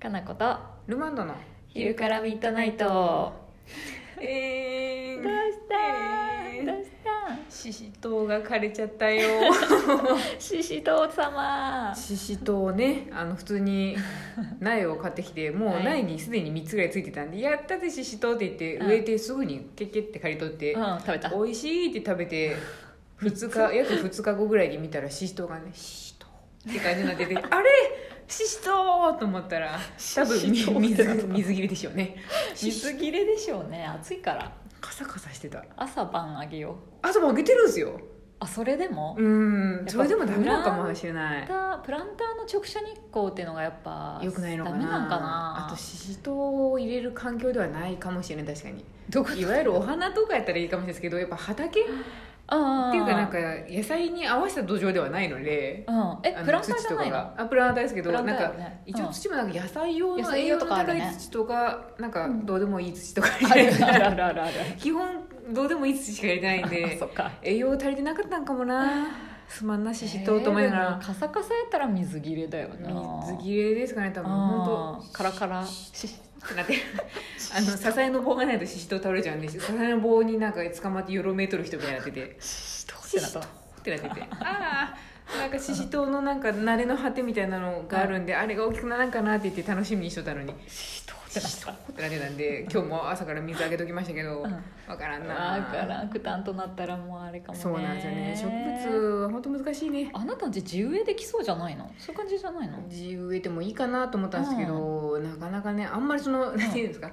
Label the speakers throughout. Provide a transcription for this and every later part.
Speaker 1: かなこと
Speaker 2: ルマンドの
Speaker 1: 昼からミッドナイト
Speaker 2: え
Speaker 1: ど
Speaker 2: ー
Speaker 1: うしたどうした
Speaker 2: シシトウが枯れちゃったよ
Speaker 1: シシトウ様
Speaker 2: シシトウねあの普通に苗を買ってきても
Speaker 1: は
Speaker 2: う
Speaker 1: い
Speaker 2: 苗にすでに3つぐらいついてたんで「やったぜシシトウ」って言って
Speaker 1: うん
Speaker 2: 植えてすぐにケッケッて刈り取って
Speaker 1: うん食べた
Speaker 2: 美味しいって食べ て2日約2日後ぐらいに見たらシシトウがね「シシトウ」って感じになって て「あれシシトウ!」と思ったら多分
Speaker 1: シシトウ
Speaker 2: み
Speaker 1: って
Speaker 2: 水
Speaker 1: なんだ
Speaker 2: 水切れでしょう ね
Speaker 1: 水切れでしょうね暑いから
Speaker 2: カサカサしてた
Speaker 1: 朝晩あげよう
Speaker 2: あともうあげてるんですよ
Speaker 1: あそれでも、
Speaker 2: うーんそれでもダメなのかもしれない
Speaker 1: プランタープランターの直射日光っていうのがやっぱ
Speaker 2: よくないのかな
Speaker 1: ダメなんかな
Speaker 2: あとシシトウを入れる環境ではないかもしれない確かに
Speaker 1: どこ
Speaker 2: いわゆるお花とかやったらいいかもしれないですけどやっぱ畑っていう
Speaker 1: あ
Speaker 2: か
Speaker 1: ー
Speaker 2: なんか野菜に合わせた土壌ではないので
Speaker 1: うんえ
Speaker 2: あの
Speaker 1: プランターじゃない
Speaker 2: 土とか
Speaker 1: の
Speaker 2: があプランターですけど
Speaker 1: プランタ
Speaker 2: な
Speaker 1: ーだよ
Speaker 2: んか
Speaker 1: ね
Speaker 2: 一応
Speaker 1: うん
Speaker 2: 土もなんか野菜用
Speaker 1: 野
Speaker 2: の
Speaker 1: 菜
Speaker 2: 栄
Speaker 1: 用
Speaker 2: 養
Speaker 1: と
Speaker 2: の
Speaker 1: かある
Speaker 2: 高
Speaker 1: ね
Speaker 2: い土とかなんか
Speaker 1: うん
Speaker 2: どうでもいい土と か
Speaker 1: あ
Speaker 2: 入れ
Speaker 1: る
Speaker 2: て
Speaker 1: あるあ るあるある
Speaker 2: 基本どうでもいい土しか入れてないん
Speaker 1: あ
Speaker 2: で
Speaker 1: そっか
Speaker 2: 栄養足りてなかったんかもなすまんなシシトウと思いなが
Speaker 1: えーで
Speaker 2: ら
Speaker 1: もカサカサやったら水切れだよな
Speaker 2: 水切れですかね多分本
Speaker 1: あーカラカラし
Speaker 2: 当ってなってあの支えの棒がないとシシトウ倒れちゃうんで支えの棒になんか捕まってよろめいとる人みたいになってて
Speaker 1: しとって
Speaker 2: シ
Speaker 1: なっ
Speaker 2: シト
Speaker 1: た
Speaker 2: ウってなっててああなんかシシトウのなんか慣れの果てみたいなのがあるんで、あれが大きくならんかなって言って楽しみにしとったのに
Speaker 1: しとって
Speaker 2: シ
Speaker 1: なっ
Speaker 2: シト
Speaker 1: た
Speaker 2: ウってなってたんで今日も朝から水あげときましたけど、
Speaker 1: う
Speaker 2: わ
Speaker 1: ん
Speaker 2: からんな
Speaker 1: だから負担となったらもうあれかもね
Speaker 2: そうなんですよね植物は本当難しいね
Speaker 1: あなたんち地植えできそうじゃないのそういう感じじゃないの、
Speaker 2: 地植えてもいいかなと思ったんですけど、なかなかねあんまりその何て言うんですか、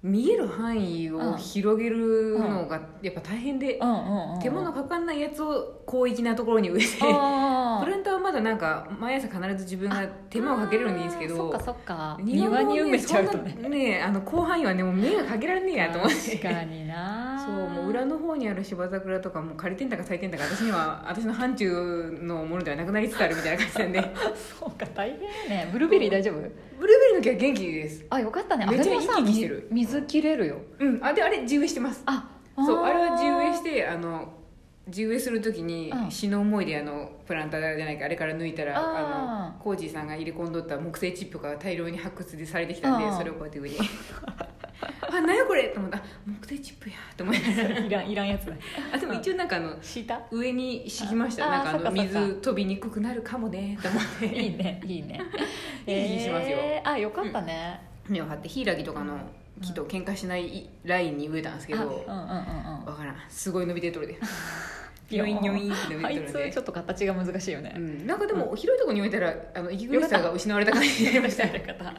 Speaker 2: 見える範囲を広げるのがやっぱ大変で、
Speaker 1: うんうんうん
Speaker 2: 手間のかかんないやつを広域なところに植えて
Speaker 1: あー
Speaker 2: プランターはまだなんか毎朝必ず自分が手間をかけるのにいいんですけ
Speaker 1: あーそ
Speaker 2: ど
Speaker 1: っかそっか庭
Speaker 2: 庭もね
Speaker 1: に埋めちゃうと
Speaker 2: そ
Speaker 1: ね
Speaker 2: んなねあの広範囲はねもう目がかけられねえやと思って
Speaker 1: 確かにな
Speaker 2: そうもう裏の方にある芝桜とかもう借りてんだか咲いてんだか私には私の範疇のものではなくなりつつあるみたいな感じ なんで
Speaker 1: そうか大変やねブルーベリー大丈夫
Speaker 2: ブルーベリーの木は元気です
Speaker 1: あよかったねあ
Speaker 2: め
Speaker 1: れ
Speaker 2: っちゃ
Speaker 1: もさ
Speaker 2: 生き生きしてる
Speaker 1: み水切れるよ
Speaker 2: うんあであれ地植えしてます
Speaker 1: あ
Speaker 2: そうあれは地植えしててあの地植えする時に
Speaker 1: うん
Speaker 2: 死の思いであのプランターじゃないかあれから抜いたら
Speaker 1: あ
Speaker 2: あ
Speaker 1: ー
Speaker 2: のコージーさんが入れ込んどった木製チップが大量に発掘でされてきたん
Speaker 1: う
Speaker 2: で
Speaker 1: ん
Speaker 2: それをこうやって上にあなんやこれと思ったあ木製チップやと思いながら
Speaker 1: いらんいらんやつ だ
Speaker 2: あでも一応なんかあの
Speaker 1: 敷いた
Speaker 2: 上に敷きました
Speaker 1: あ
Speaker 2: なんかあ
Speaker 1: そっ
Speaker 2: の
Speaker 1: かそっか
Speaker 2: 水飛びにくくなるかもねと思って
Speaker 1: いいねいいね
Speaker 2: いい気しますよ
Speaker 1: えーあよかったね、
Speaker 2: 根を張ってヒイラギとかの木と喧嘩しないラインに植えたんですけ
Speaker 1: あ
Speaker 2: ど、
Speaker 1: うんうんうんうん
Speaker 2: わからんすごい伸びてとるでニョインニョインって伸び
Speaker 1: あ
Speaker 2: てと
Speaker 1: い
Speaker 2: る
Speaker 1: つ
Speaker 2: で
Speaker 1: ちょっと形が難しいよね、
Speaker 2: うん、なんかでも広いところに置いたらあの息苦しさが 失われた感じになりました
Speaker 1: よか ったよ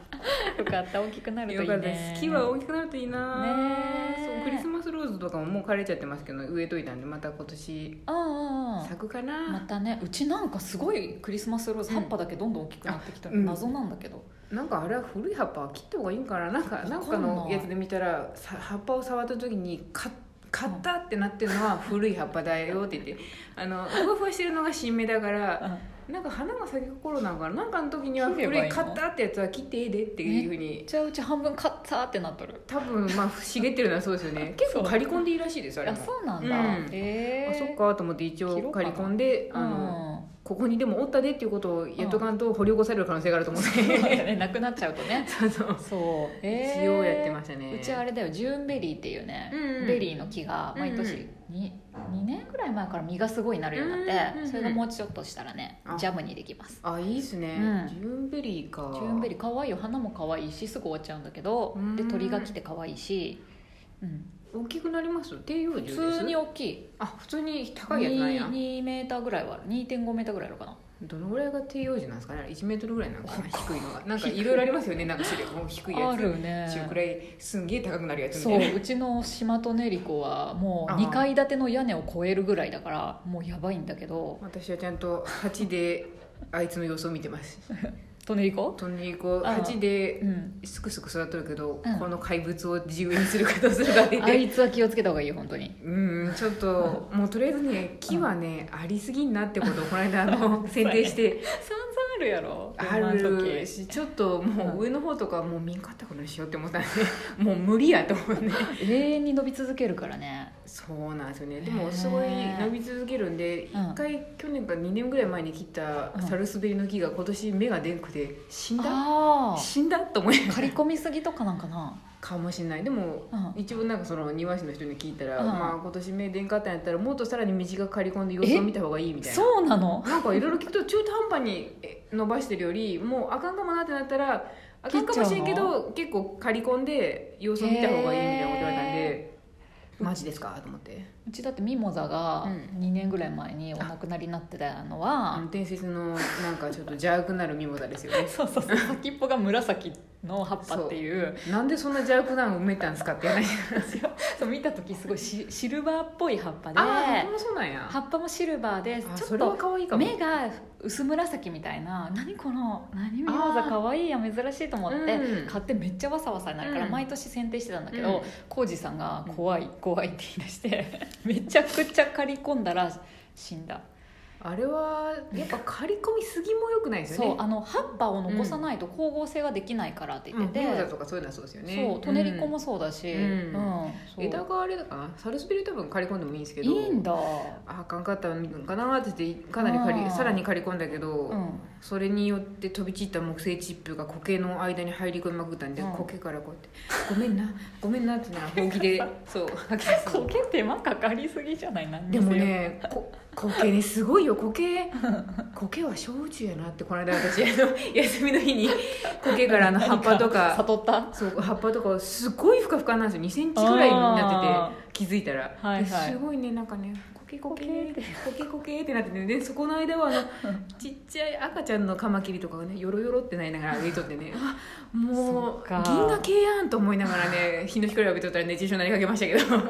Speaker 1: かった大きくなるといいね
Speaker 2: 木は大きくなるといいな
Speaker 1: ねえ
Speaker 2: そうクリスマスローズとかももう枯れちゃってますけど植えといたんでまた今年
Speaker 1: うんうんうん
Speaker 2: 咲くか
Speaker 1: ま
Speaker 2: な、
Speaker 1: たねうちなんかすごいクリスマスローズ
Speaker 2: うん
Speaker 1: 葉っぱだけどんどん大きくなってきたの、
Speaker 2: あうん
Speaker 1: 謎なんだけど
Speaker 2: なんかあれは古い葉っぱは切った方がいいんかななんか
Speaker 1: かんな
Speaker 2: ないんかのやつで見たらさ葉っぱを触った時にか買ったってなってるのは古い葉っぱだよって言ってあのふわふわしてるのが新芽だからなんか花が咲く頃なんかななんかの時には
Speaker 1: 切れば
Speaker 2: 古
Speaker 1: い
Speaker 2: い
Speaker 1: いの
Speaker 2: 買ったってやつは切ってええでっていうふうに
Speaker 1: めっちゃうち半分買ったってなっとる
Speaker 2: 多分まあ茂ってるのはそうですよね結構刈り込んでいいらしいですあれ
Speaker 1: あ
Speaker 2: も
Speaker 1: そうなんだ、
Speaker 2: うん
Speaker 1: えー、
Speaker 2: あそっかと思って一
Speaker 1: 切ろ
Speaker 2: 応
Speaker 1: うか
Speaker 2: 刈
Speaker 1: な
Speaker 2: り込んであの、ここにでもおったでっていうことをやっとかんと掘り起こされる可能性があると思って
Speaker 1: うん そうだよねなくなっちゃうとね
Speaker 2: そうそう
Speaker 1: そう、えー
Speaker 2: 一応やってましたね
Speaker 1: うちあれだよジューンベリーっていうね、
Speaker 2: うんうん
Speaker 1: ベリーの木が毎年に、2年ぐらい前から実がすごいなるようになって、
Speaker 2: うんうんうん
Speaker 1: それがもうちょっとしたらね
Speaker 2: あ
Speaker 1: ジャムにできます
Speaker 2: あいいですね、
Speaker 1: うん
Speaker 2: ジューンベリーか
Speaker 1: ジューンベリ
Speaker 2: ー
Speaker 1: ー可愛いよ花も可愛いしすぐ終わっちゃうんだけど
Speaker 2: うん
Speaker 1: で鳥が来て可愛いし、うん、
Speaker 2: 大きくなります低用樹で
Speaker 1: 普
Speaker 2: す
Speaker 1: 通に大きい
Speaker 2: あ普通に高いやつなんや
Speaker 1: 2, 2メーターぐらいはある2.5メーターぐらいあるかな
Speaker 2: どのぐらいが低用樹なんですかね1メートルぐら いなんかな低いのがなんかいろいろありますよねなんか種類もう低いやつ
Speaker 1: あるね
Speaker 2: 中くらいすんげえ高くなるやつみた
Speaker 1: そ
Speaker 2: いうな
Speaker 1: うちの島と練子はもう
Speaker 2: あー
Speaker 1: 2階建ての屋根を超えるぐらいだからもうやばいんだけど
Speaker 2: 私はちゃんと鉢であいつの様子を見てます
Speaker 1: と練子
Speaker 2: 本当にこう
Speaker 1: ああ
Speaker 2: 鉢で
Speaker 1: うん
Speaker 2: すくすく育ってるけど、
Speaker 1: うん
Speaker 2: この怪物を自由にするかどうするかって言っ
Speaker 1: あ
Speaker 2: て
Speaker 1: いつは気をつけた方がいいよ本当 に
Speaker 2: うんちょっと もうとりあえずね木はね、ありすぎんなってことをこの間あの剪定して
Speaker 1: 散々あるやろ
Speaker 2: あ
Speaker 1: 今の
Speaker 2: る
Speaker 1: 時
Speaker 2: しちょっともう上の方とかもう見んかったことにしようって思ったんでもう無理やと思うね
Speaker 1: 永遠に伸び続けるからね
Speaker 2: そうなんですよねでもすごい伸び続けるんで
Speaker 1: うん
Speaker 2: 一回去年か2年ぐらい前に切った
Speaker 1: うん
Speaker 2: サルスベリの木が今年芽が出んくて死んだ
Speaker 1: ああ
Speaker 2: 死んだと思い
Speaker 1: 刈り込みすぎとかなんかな
Speaker 2: かもしれないでも
Speaker 1: うん
Speaker 2: 一応なんかその庭師の人に聞いたら、
Speaker 1: うん
Speaker 2: まあ、今年芽出んかったんやったらもっとさらに短く刈り込んで様子を見た方がいいみたいな
Speaker 1: そうなの
Speaker 2: なんかいろいろ聞くと中途半端にえ伸ばしてるよりもうあかんかもなってなったらあかんかもしれんけど結構刈り込んで様子を見た方がいいみたいなこと言われたんで、
Speaker 1: ー
Speaker 2: マジですかと思って
Speaker 1: うちだってミモザが
Speaker 2: うん
Speaker 1: 2年ぐらい前にお亡くなりになってたの
Speaker 2: あ
Speaker 1: は
Speaker 2: の、伝説のなんかちょっと邪悪なるミモザですよね
Speaker 1: そうそうそう先っぽが紫の葉っぱっていう
Speaker 2: なんでそんな邪悪なの埋めたんですかって話
Speaker 1: そう見た時すごいシシルバーっぽい葉っぱで
Speaker 2: ああ僕もそうなんや
Speaker 1: 葉っぱもシルバーで
Speaker 2: あ
Speaker 1: ちょ
Speaker 2: そ
Speaker 1: っ
Speaker 2: れは
Speaker 1: と
Speaker 2: 可愛いかも
Speaker 1: 目が薄紫みたいな何この何ミモザ可愛いやん珍しいと思って、
Speaker 2: うん
Speaker 1: 買ってめっちゃわさわさになるから、
Speaker 2: うん
Speaker 1: 毎年剪定してたんだけ
Speaker 2: うん
Speaker 1: ど浩二、さんが「怖い怖い」って言い出して めちゃくちゃ刈り込んだら死んだ
Speaker 2: あれはやっぱ刈り込みすぎもよくないですよね
Speaker 1: そうあの葉っぱを残さないと光合成ができないからって言って
Speaker 2: うんミモ
Speaker 1: て
Speaker 2: ザ、とかそういうのはそうですよね
Speaker 1: そうトネリコもそうだし、
Speaker 2: うん
Speaker 1: うんそう
Speaker 2: 枝があれだかなサルスベリ多分刈り込んでもいいんですけ
Speaker 1: い
Speaker 2: ど
Speaker 1: いんだ、
Speaker 2: あかんかったんかなって言ってかなり刈
Speaker 1: あ
Speaker 2: り
Speaker 1: ー
Speaker 2: さらに刈り込んだけど、
Speaker 1: うん、
Speaker 2: それによって飛び散った木製チップが苔の間に入り込みまくったんで、
Speaker 1: うん
Speaker 2: 苔からこうやって「ごめんなごめんな」ってなほうきでそう吐き出 す
Speaker 1: コケ手間かかりすぎじゃない何に
Speaker 2: で
Speaker 1: せよ
Speaker 2: もねこ苔ねすごいよ 苔苔は焼酎やなってこの間私あ の休みの日に苔からあの葉っぱと
Speaker 1: 何
Speaker 2: か
Speaker 1: 悟った
Speaker 2: そう葉っぱとかすごいふかふかなんですよ2センチぐらいにな
Speaker 1: あ
Speaker 2: ってて気づいたら、
Speaker 1: はいはい
Speaker 2: ですごいねなんかねコケコケコケコケってなっててでそこの間 はあのちっちゃい赤ちゃんのカマキリとかがねよろよろってなりながら上とっ てねあ
Speaker 1: そ
Speaker 2: もう
Speaker 1: っか
Speaker 2: 銀河系やんと思いながらね日の光浴びとったら熱中症になりかけましたけど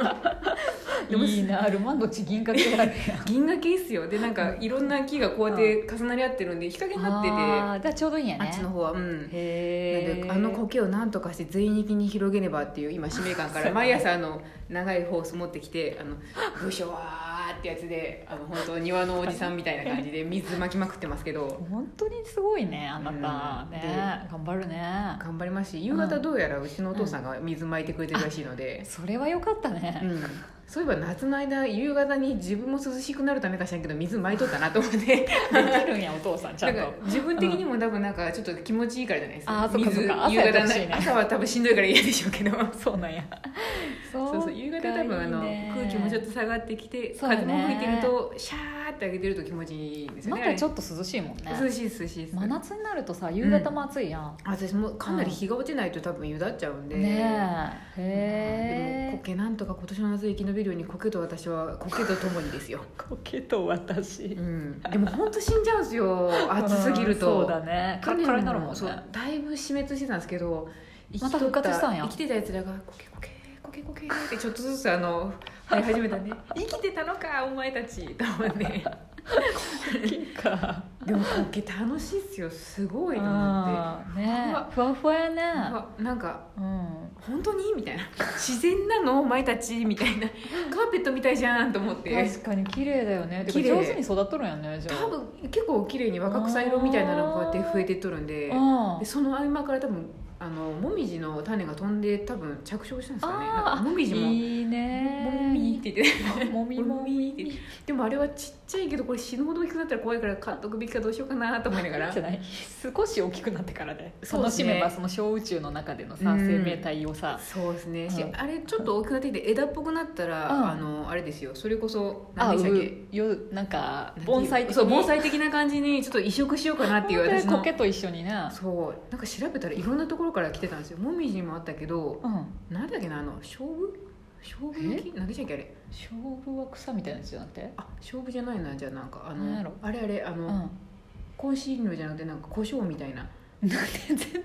Speaker 2: でも
Speaker 1: いいなルマンドチ銀かけられるやん
Speaker 2: 銀河系っすよでなんかいろんな木がこうやって重なり合ってるんで日陰になってて
Speaker 1: あーじゃあちょうどいいんや
Speaker 2: あ
Speaker 1: ね
Speaker 2: っちの方はうん
Speaker 1: へ
Speaker 2: なん
Speaker 1: え
Speaker 2: であの苔をなんとかして全域に広げねばっていう今使命感から毎朝あの長いホース持ってきてあのブショワーってやつであの本当庭のおじさんみたいな感 じで水まきまくってますけど
Speaker 1: 本当にすごいねあなた、
Speaker 2: うん
Speaker 1: ね頑張るね
Speaker 2: 頑張りますし夕方どうやらうちのお父さんが水まいてくれてるらしいので、
Speaker 1: それはよかったね、
Speaker 2: うん、そういえば夏の間夕方に自分も涼しくなるためかしらんけど水まいとったなと思って。
Speaker 1: できるんやお父さんちゃ
Speaker 2: なん
Speaker 1: んと
Speaker 2: か自分的にも多分なんかちょっと気持ちいいからじゃないです
Speaker 1: あーそっかそっか
Speaker 2: 水夕
Speaker 1: 朝やって
Speaker 2: 方な
Speaker 1: ほしい ね
Speaker 2: 朝は多分しんどいから嫌でしょうけど
Speaker 1: そうなんやそ
Speaker 2: そうそう夕方多分あの空気もちょっ
Speaker 1: と
Speaker 2: と下がってきて
Speaker 1: そうだね
Speaker 2: 風も吹いてるとシャーって上げてると気持ちいいですよ
Speaker 1: ま
Speaker 2: ね
Speaker 1: だちょ
Speaker 2: っ
Speaker 1: っと涼しいもんね
Speaker 2: 涼しいです涼しいです
Speaker 1: 真夏になるとさ夕方も暑いやん、
Speaker 2: 私もかなり日が落ちないと多分湯だっちゃうんで
Speaker 1: ねえ
Speaker 2: でも
Speaker 1: へえ
Speaker 2: 苔なんとか今年の夏生き延びるように苔と私は苔と共 にですよ、
Speaker 1: 苔と私
Speaker 2: うん、でも本当死んじゃうんですよ暑すぎると、
Speaker 1: そうだねカ
Speaker 2: 去
Speaker 1: ラ
Speaker 2: 年
Speaker 1: カラになるもんね
Speaker 2: そうだいぶ死滅してたんですけど生きと
Speaker 1: また復活したんや
Speaker 2: 生きてたやつらがコケコケコケコケってちょっとずつあの生え始めた ね生きてたのかお前たちと思って
Speaker 1: か
Speaker 2: でもコケ楽しいっすよすごいと思って
Speaker 1: あーねえふわふわやね
Speaker 2: うわなんか
Speaker 1: うん
Speaker 2: 本当にみたいな自然なのお前たちみたいなカーペットみたいじゃんと思って
Speaker 1: 確かに綺麗だよねてか
Speaker 2: 綺麗
Speaker 1: 上手に育っとるんやねじゃあ
Speaker 2: 多分結構綺麗に若草色みたいなのがこうやって増えてっとるんで
Speaker 1: うん
Speaker 2: でその合間から多分あのもみじの種が飛んで多分着床したんですかね
Speaker 1: あー
Speaker 2: なんかもみじも「
Speaker 1: いいね
Speaker 2: もみ」って言って
Speaker 1: もみも
Speaker 2: もみって
Speaker 1: み
Speaker 2: でもあれはちっちゃいけどこれ死ぬほど大きくなったら怖いから買っとくべきかどうしようかなと思いながら
Speaker 1: じゃない少し大きくなってからで
Speaker 2: そう
Speaker 1: 楽
Speaker 2: です
Speaker 1: し
Speaker 2: ね
Speaker 1: めばその小宇宙の中でのさ
Speaker 2: うん
Speaker 1: 生命体をさ
Speaker 2: そうですね、し
Speaker 1: うん
Speaker 2: あれちょっと大きくなってきて枝っぽくなったら、
Speaker 1: うん
Speaker 2: あのあれですよそれこそ
Speaker 1: あ
Speaker 2: 何でしたっけ
Speaker 1: うよなんか盆栽的に
Speaker 2: そう盆栽的な感じにちょっと移植しようかなっていう私
Speaker 1: コ
Speaker 2: の
Speaker 1: ケと一緒にね
Speaker 2: そうなんか調べたらいろんなところから来てたんですよもみじにもあったけど
Speaker 1: うん
Speaker 2: なんだっけなあの勝負勝負の木何でしたっけあれ
Speaker 1: 勝負は草みたいなやつじゃなくて
Speaker 2: あ勝負じゃないなじゃあなんかあ
Speaker 1: なんや
Speaker 2: の
Speaker 1: ろ
Speaker 2: あれあれあ
Speaker 1: う
Speaker 2: の、
Speaker 1: ん
Speaker 2: コンシールじゃなくてなんか胡椒みたいな
Speaker 1: なんで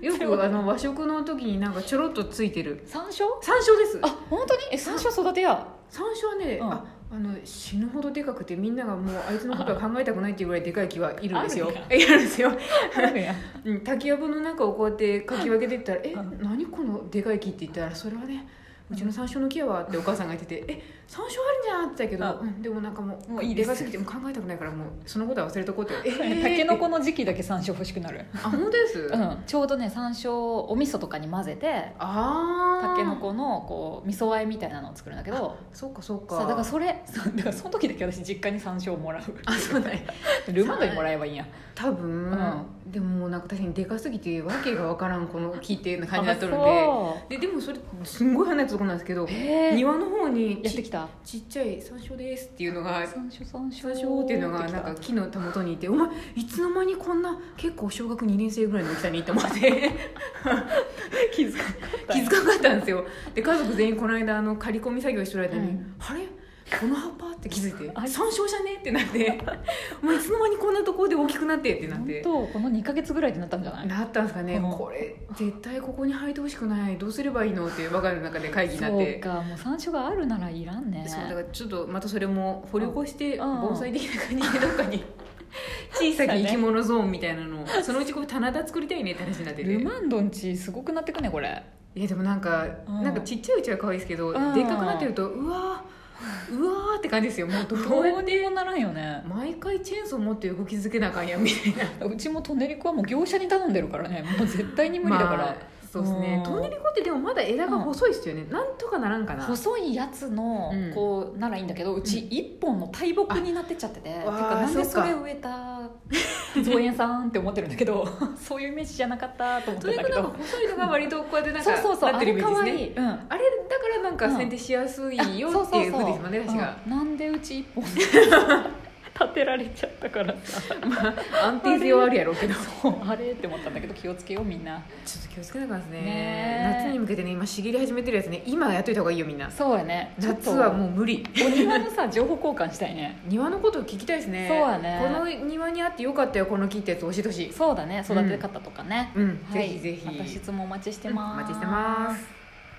Speaker 1: 全
Speaker 2: よ
Speaker 1: 然わ
Speaker 2: く
Speaker 1: か
Speaker 2: あ
Speaker 1: んない
Speaker 2: の和食の時になんかちょろっとついてる
Speaker 1: 山椒
Speaker 2: 山椒です
Speaker 1: あ本当にえ山椒育て や
Speaker 2: 山椒はね、
Speaker 1: うん
Speaker 2: ああの死ぬほどでかくてみんながもうあいつのことは考えたくないっていうぐらいでかい木はいるんですよ
Speaker 1: あるん
Speaker 2: いるんですよ、
Speaker 1: や
Speaker 2: うん、滝やぶの中をこうやってかき分けていったら「え
Speaker 1: うん
Speaker 2: 何このでかい木」って言ったらそれはねうちの山椒の木やわってお母さんが言ってて「え山椒あるんじゃん」って言ったけど、うん、でもなんかもう
Speaker 1: もういいです
Speaker 2: でかすぎてもう考えたくないからもうそのことは忘れとこうって 「えー
Speaker 1: たけのこの時期だけ山椒欲しくなる、
Speaker 2: あ本当です、
Speaker 1: う
Speaker 2: あ
Speaker 1: ん、ちょうどね山椒をお味噌とかに混ぜて
Speaker 2: あー
Speaker 1: たけのこのこう味噌和えみたいなのを作るんだけど
Speaker 2: そうかそうか
Speaker 1: さだからそれそうだからその時だけ私実家に山椒をもらう
Speaker 2: あそう だね
Speaker 1: ルマンドにもらえばいいんや
Speaker 2: 多分、
Speaker 1: う
Speaker 2: でももうなんか確かにでかすぎてわけがわからんこの木ってな感じになっとるん
Speaker 1: あ
Speaker 2: でででもそれすんごい離れたとこなんですけど
Speaker 1: そうへえや
Speaker 2: 庭の方に
Speaker 1: って
Speaker 2: ち
Speaker 1: きた
Speaker 2: ちっちゃい山椒ですっていうのが
Speaker 1: 山椒山椒
Speaker 2: 山椒っていうのがなんか木のたもとにいて「お前いつの間にこんな結構小学2年生ぐらいの大きさに」って思って
Speaker 1: 気づか
Speaker 2: 気づかなかったんですよで家族全員この間あの刈り込み作業してる間に「
Speaker 1: うん
Speaker 2: あれこの葉っぱ?」って気づいて
Speaker 1: あ
Speaker 2: 「山椒じゃね?」ってなって「お前いつの間にこんなところで大きくなって」ってなっ
Speaker 1: 本
Speaker 2: て
Speaker 1: 当この2か月ぐらいでなったんじゃない
Speaker 2: なったんですかね、
Speaker 1: うん
Speaker 2: これ絶対ここに生えてほしくないどうすればいいのっていう我が家の中で会議になっ
Speaker 1: そう
Speaker 2: て
Speaker 1: かもう山椒があるならいらんね
Speaker 2: そうだからちょっとまたそれも掘り起こして
Speaker 1: うん
Speaker 2: 盆栽的な感じでどっか に小さき生き物ゾーンみたいなのをそのうちこう棚田作りたいねって話になって
Speaker 1: ル
Speaker 2: て
Speaker 1: マンドンちすごくなってくねこれ
Speaker 2: いやでもなんか、
Speaker 1: うん
Speaker 2: なんかちっちゃいうちは可愛いですけど、
Speaker 1: うん
Speaker 2: でっかくなってるとうわーうわーって感じですよもうど
Speaker 1: ど
Speaker 2: うや
Speaker 1: う
Speaker 2: って
Speaker 1: にもならんよね
Speaker 2: 毎回チェーンソー持って動き続けなあかんやみたいな
Speaker 1: うちもトネリコはもう業者に頼んでるからねもう絶対に 無理だから、
Speaker 2: まあそうですね、
Speaker 1: うん
Speaker 2: トンネリコってでもまだ枝が細いですよね、なんとかならんかな
Speaker 1: 細いやつの
Speaker 2: うん
Speaker 1: こうならいいんだけど、うち一本の大木になってっちゃっててて
Speaker 2: わ
Speaker 1: か
Speaker 2: あ
Speaker 1: なんで
Speaker 2: そ
Speaker 1: そう
Speaker 2: か
Speaker 1: れ植えた造園さんって思ってるんだけどそういうイメージじゃなかったと思っ
Speaker 2: トン
Speaker 1: て
Speaker 2: ネ
Speaker 1: た
Speaker 2: リ
Speaker 1: け
Speaker 2: コなん
Speaker 1: ど
Speaker 2: か細いのが割とこうやってなん
Speaker 1: そ
Speaker 2: か
Speaker 1: うそうそう
Speaker 2: な
Speaker 1: あ
Speaker 2: ってるイ
Speaker 1: れ
Speaker 2: メー
Speaker 1: か
Speaker 2: ジ
Speaker 1: わ
Speaker 2: ですね
Speaker 1: いい、うん
Speaker 2: あれだからなんか剪定しやすいよ
Speaker 1: あ
Speaker 2: っていうふうですもんね
Speaker 1: そうそうそう
Speaker 2: 私が
Speaker 1: うんなんでうち一本 立てられちゃったからさ
Speaker 2: 安定性はあるやろうけどちょ
Speaker 1: そうあれって思ったんだけど気をつけようみんな
Speaker 2: っと気をつけなあかんですね
Speaker 1: ねえ
Speaker 2: 夏に向けてね今茂り始めてるやつね今やっといた方がいいよみんな
Speaker 1: そうやね
Speaker 2: 夏は
Speaker 1: う
Speaker 2: もう無理
Speaker 1: お庭のさ情報交換したいね
Speaker 2: 庭のことを聞きたいですね
Speaker 1: そうやね
Speaker 2: この庭にあってよかったよこの木ってやつ教えてほしい
Speaker 1: そうだね育て方とかね、
Speaker 2: うん、
Speaker 1: はい
Speaker 2: ぜひぜひ
Speaker 1: また質問お待ちして
Speaker 2: お
Speaker 1: ます、
Speaker 2: 待ちしてます